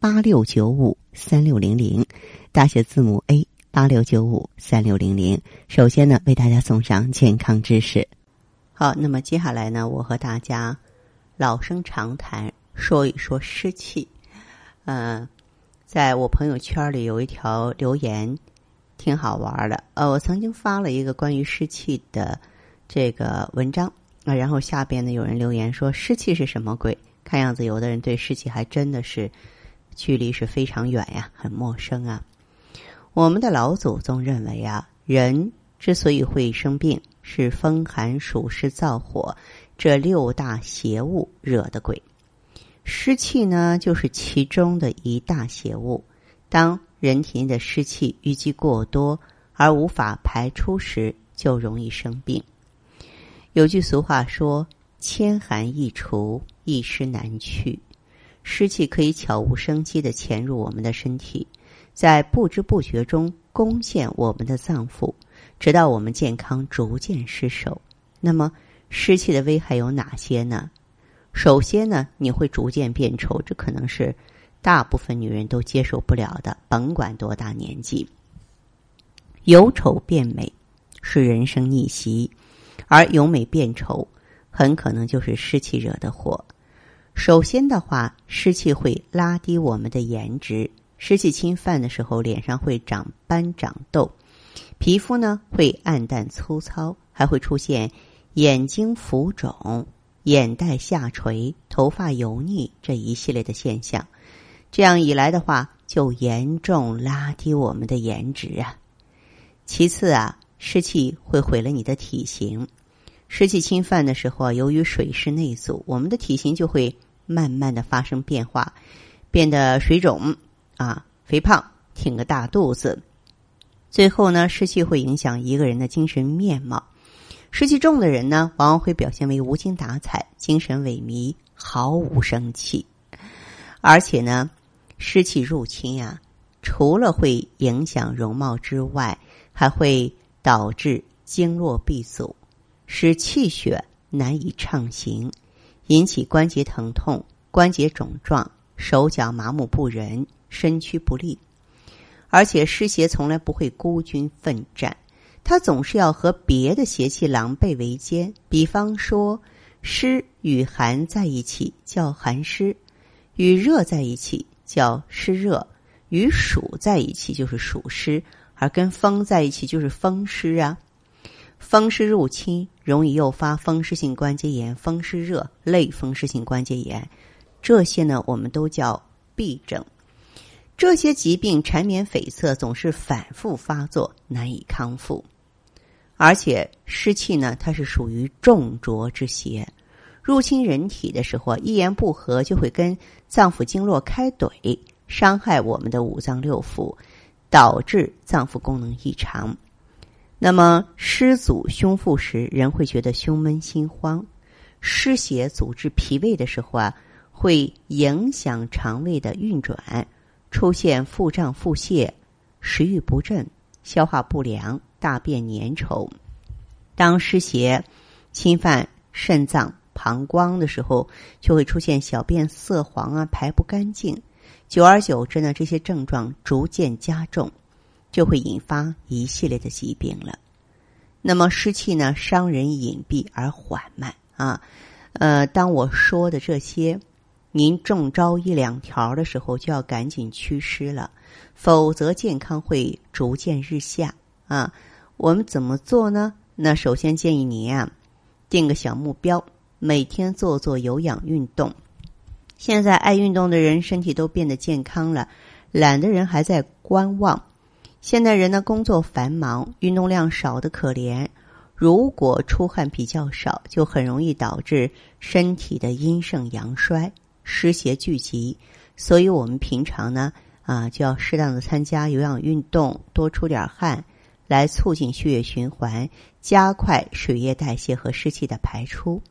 八六九五三六零零，大写字母 A 八六九五三六零零。首先呢，为大家送上健康知识。好，那么接下来呢，我和大家老生常谈，说一说湿气。嗯、在我朋友圈里有一条留言，挺好玩儿的。呃，我曾经发了一个关于湿气的这个文章啊，然后下边呢有人留言说湿气是什么鬼？看样子有的人对湿气还真的是距离是非常远呀、很陌生啊。我们的老祖宗认为啊，人之所以会生病，是风寒暑湿燥火这六大邪物惹的鬼。湿气呢，就是其中的一大邪物。当人体内的湿气淤积过多而无法排出时，就容易生病。有句俗话说：“千寒易除，一湿难去。”湿气可以悄无声息地潜入我们的身体，在不知不觉中攻陷我们的脏腑，直到我们健康逐渐失守。那么，湿气的危害有哪些呢？首先呢，你会逐渐变丑，这可能是大部分女人都接受不了的，甭管多大年纪。由丑变美是人生逆袭，而由美变丑很可能就是湿气惹的祸。首先的话，湿气会拉低我们的颜值，湿气侵犯的时候，脸上会长斑长痘，皮肤呢会暗淡粗糙，还会出现眼睛浮肿、眼袋下垂、头发油腻这一系列的现象。这样一来的话，就严重拉低我们的颜值啊。其次啊，湿气会毁了你的体型。湿气侵犯的时候啊，由于水湿内阻，我们的体型就会慢慢的发生变化，变得水肿啊、肥胖、挺个大肚子。最后呢，湿气会影响一个人的精神面貌。湿气重的人呢，往往会表现为无精打采、精神萎靡、毫无生气。而且呢，湿气入侵啊，除了会影响容貌之外，还会导致经络闭阻，使气血难以畅行，引起关节疼痛、关节肿胀、手脚麻木不仁、身躯不利。而且湿邪从来不会孤军奋战，它总是要和别的邪气狼狈为奸。比方说，湿与寒在一起叫寒湿，与热在一起叫湿热，与暑在一起就是暑湿，而跟风在一起就是风湿啊。风湿入侵容易诱发风湿性关节炎、风湿热、类风湿性关节炎，这些呢我们都叫痹症。这些疾病缠绵悱恻，总是反复发作，难以康复。而且湿气呢，它是属于重浊之邪，入侵人体的时候啊，一言不合就会跟脏腑经络开怼，伤害我们的五脏六腑，导致脏腑功能异常。那么湿阻胸腹时，人会觉得胸闷心慌；湿邪阻滞脾胃的时候啊，会影响肠胃的运转，出现腹胀、腹泻、食欲不振、消化不良、大便粘稠。当湿邪侵犯肾脏、膀胱的时候，就会出现小便色黄啊、排不干净。久而久之呢，这些症状逐渐加重，就会引发一系列的疾病了。那么湿气呢，伤人隐蔽而缓慢啊。呃，当我说的这些，您中招一两条的时候，就要赶紧祛湿了，否则健康会逐渐日下啊。我们怎么做呢？那首先建议您啊，定个小目标，每天做做有氧运动。现在爱运动的人身体都变得健康了，懒的人还在观望。现代人呢，工作繁忙，运动量少的可怜。如果出汗比较少，就很容易导致身体的阴盛阳衰、湿邪聚集。所以，我们平常呢，啊，就要适当的参加有氧运动，多出点汗，来促进血液循环，加快水液代谢和湿气的排出。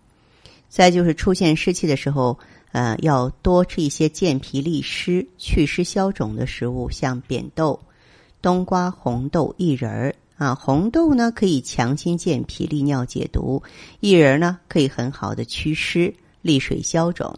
再就是出现湿气的时候，呃，要多吃一些健脾利湿、祛湿消肿的食物，像扁豆、冬瓜、红豆、薏仁儿啊。红豆呢可以强心健脾、利尿解毒，薏仁儿呢可以很好的祛湿、利水消肿。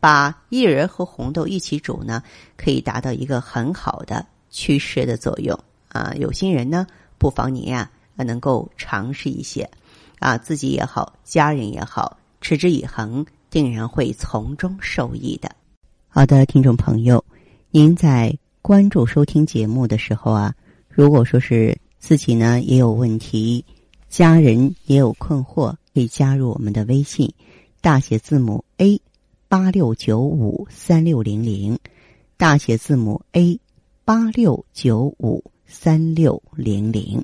把薏仁和红豆一起煮呢，可以达到一个很好的祛湿的作用啊。有心人呢，不妨您呀、啊、能够尝试一些，啊，自己也好，家人也好，持之以恒，定然会从中受益的。好的，听众朋友，您在关注收听节目的时候啊，如果说是自己呢也有问题，家人也有困惑，可以加入我们的微信，大写字母 A。八六九五三六零零，大写字母 A，八六九五三六零零。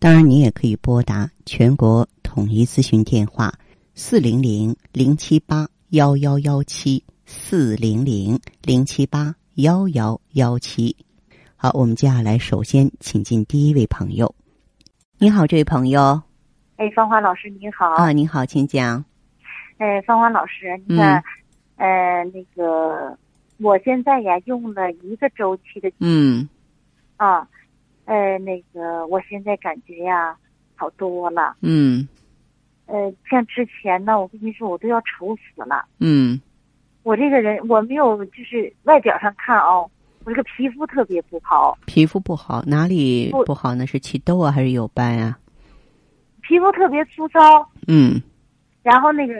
当然，你也可以拨打全国统一咨询电话四零零零七八幺幺幺七四零零零七八幺幺幺七。好，我们接下来首先请进第一位朋友。你好，这位朋友哎，芳华老师您好，啊，你好，请讲。哎，芳华老师，你看，呃，那个，我现在呀用了一个周期的嗯啊，呃，那个，我现在感觉呀好多了，嗯呃，像之前呢，我跟你说，我都要愁死了。嗯我这个人，我没有就是外表上看啊、我这个皮肤特别不好，皮肤不好，哪里不不好呢？是起痘啊，还是有斑啊？皮肤特别粗糙，嗯然后那个，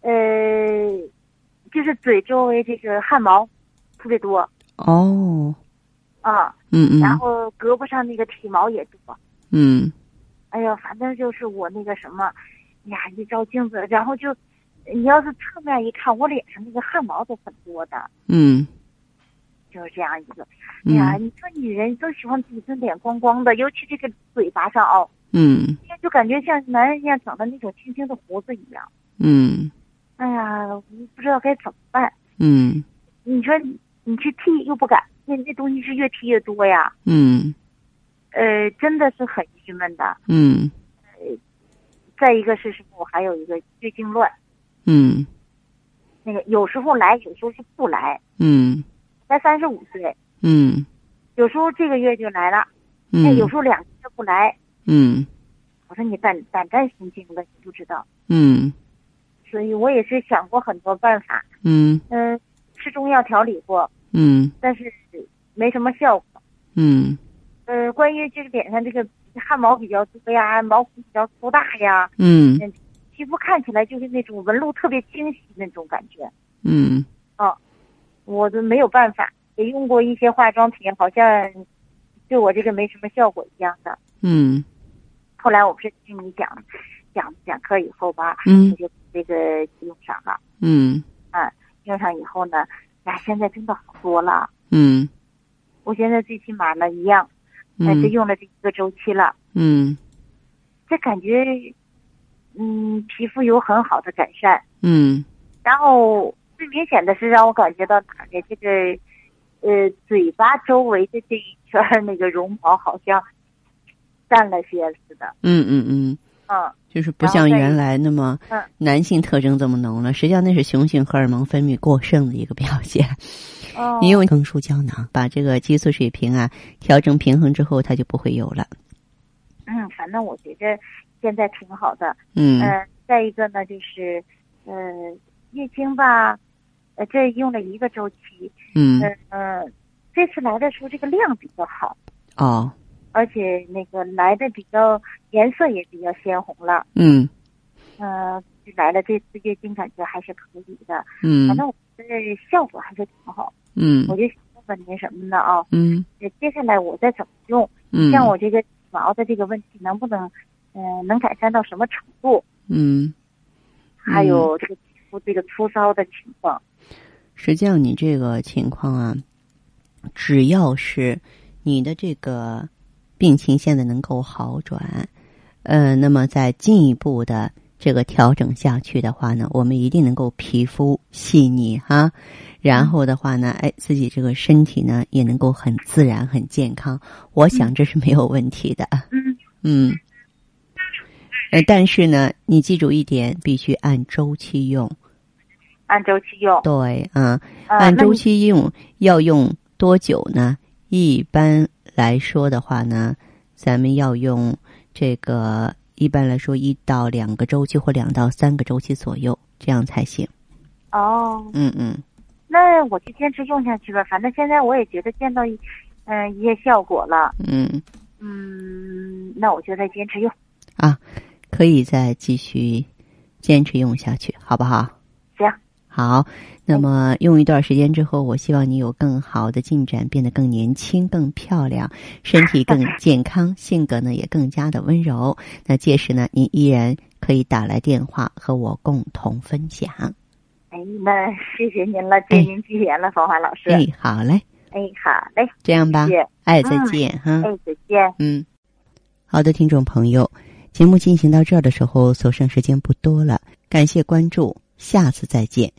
呃，就是嘴周围这个汗毛特别多哦，啊，嗯然嗯后胳膊上那个体毛也多。嗯哎呀，反正就是我那个什么，哎呀，一照镜子，然后就，你要是侧面一看，我脸上那个汗毛都很多的，嗯就是这样一个。哎呀，嗯你说女人都喜欢自己的脸光光的，尤其这个嘴巴上哦，嗯就感觉像男人一样长的那种清清的胡子一样。嗯哎呀，我不知道该怎么办。嗯你说你你去剃又不敢，那那东西是越剃越多呀。嗯呃，真的是很郁闷的。嗯再一个是什么？我还有一个月经乱，嗯那个有时候来，有时候是不来。嗯才三十五岁，嗯有时候这个月就来了，哎，有时候两个月不来。嗯我说你胆胆战心惊了，你不知道。嗯所以我也是想过很多办法，嗯嗯，吃中药调理过，嗯但是没什么效果。嗯呃，关于就是脸上这个汗毛比较多呀，毛孔比较粗大呀，嗯皮肤看起来就是那种纹路特别清晰那种感觉，嗯我都没有办法，也用过一些化妆品，好像对我这个没什么效果一样的。嗯后来我不是听你讲讲讲课以后吧，嗯我就这个用上了，嗯用上以后呢，哎，现在真的好多了。嗯我现在最起码呢一样，哎，就嗯用了这一个周期了，嗯这感觉，嗯，皮肤有很好的改善。嗯然后最明显的是让我感觉到哪儿呢？这个，呃，嘴巴周围的这一圈儿那个绒毛好像淡了些似的，嗯嗯嗯。嗯，就是不像原来那么男性特征这么浓了，实际上那是雄性荷尔蒙分泌过剩的一个表现。哦你用更舒胶囊把这个激素水平啊调整平衡之后，它就不会有了。嗯，反正我觉着现在挺好的，嗯呃，再一个呢就是，呃，月经吧，呃，这用了一个周期，嗯嗯、呃，这次来的时候这个量比较好，哦而且那个来的比较颜色也比较鲜红了，嗯嗯、呃，来了这次月经感觉还是可以的，嗯反正我觉得效果还是挺好。嗯我就想问问您什么呢啊？嗯呃接下来我再怎么用，嗯像我这个体毛的这个问题，能不能，呃，能改善到什么程度？嗯，还有这个皮肤这个粗糙的情况，实际上你这个情况啊，只要是你的这个病情现在能够好转，呃，那么在进一步的这个调整下去的话呢，我们一定能够皮肤细腻哈，然后的话呢，哎，自己这个身体呢也能够很自然、很健康。我想这是没有问题的。嗯嗯，呃，但是呢，你记住一点，必须按周期用。按周期用。对，嗯，呃按那周你期用要用多久呢？一般来说的话呢，咱们要用这个一般来说一到两个周期或两到三个周期左右，这样才行。哦，嗯嗯，那我就坚持用下去吧。反正现在我也觉得见到一，嗯、一些效果了。嗯嗯，那我就再坚持用。啊，可以再继续坚持用下去，好不好？行，好，那么用一段时间之后，我希望你有更好的进展，变得更年轻、更漂亮，身体更健康，性格呢也更加的温柔。那届时呢，你依然可以打来电话和我共同分享。哎，那谢谢您了，对您吉言了，冯华老师。哎，好嘞，哎，好嘞，这样吧谢，谢。哎，再嗯见哈。哎，再见。嗯，好的，听众朋友，节目进行到这儿的时候，所剩时间不多了，感谢关注，下次再见。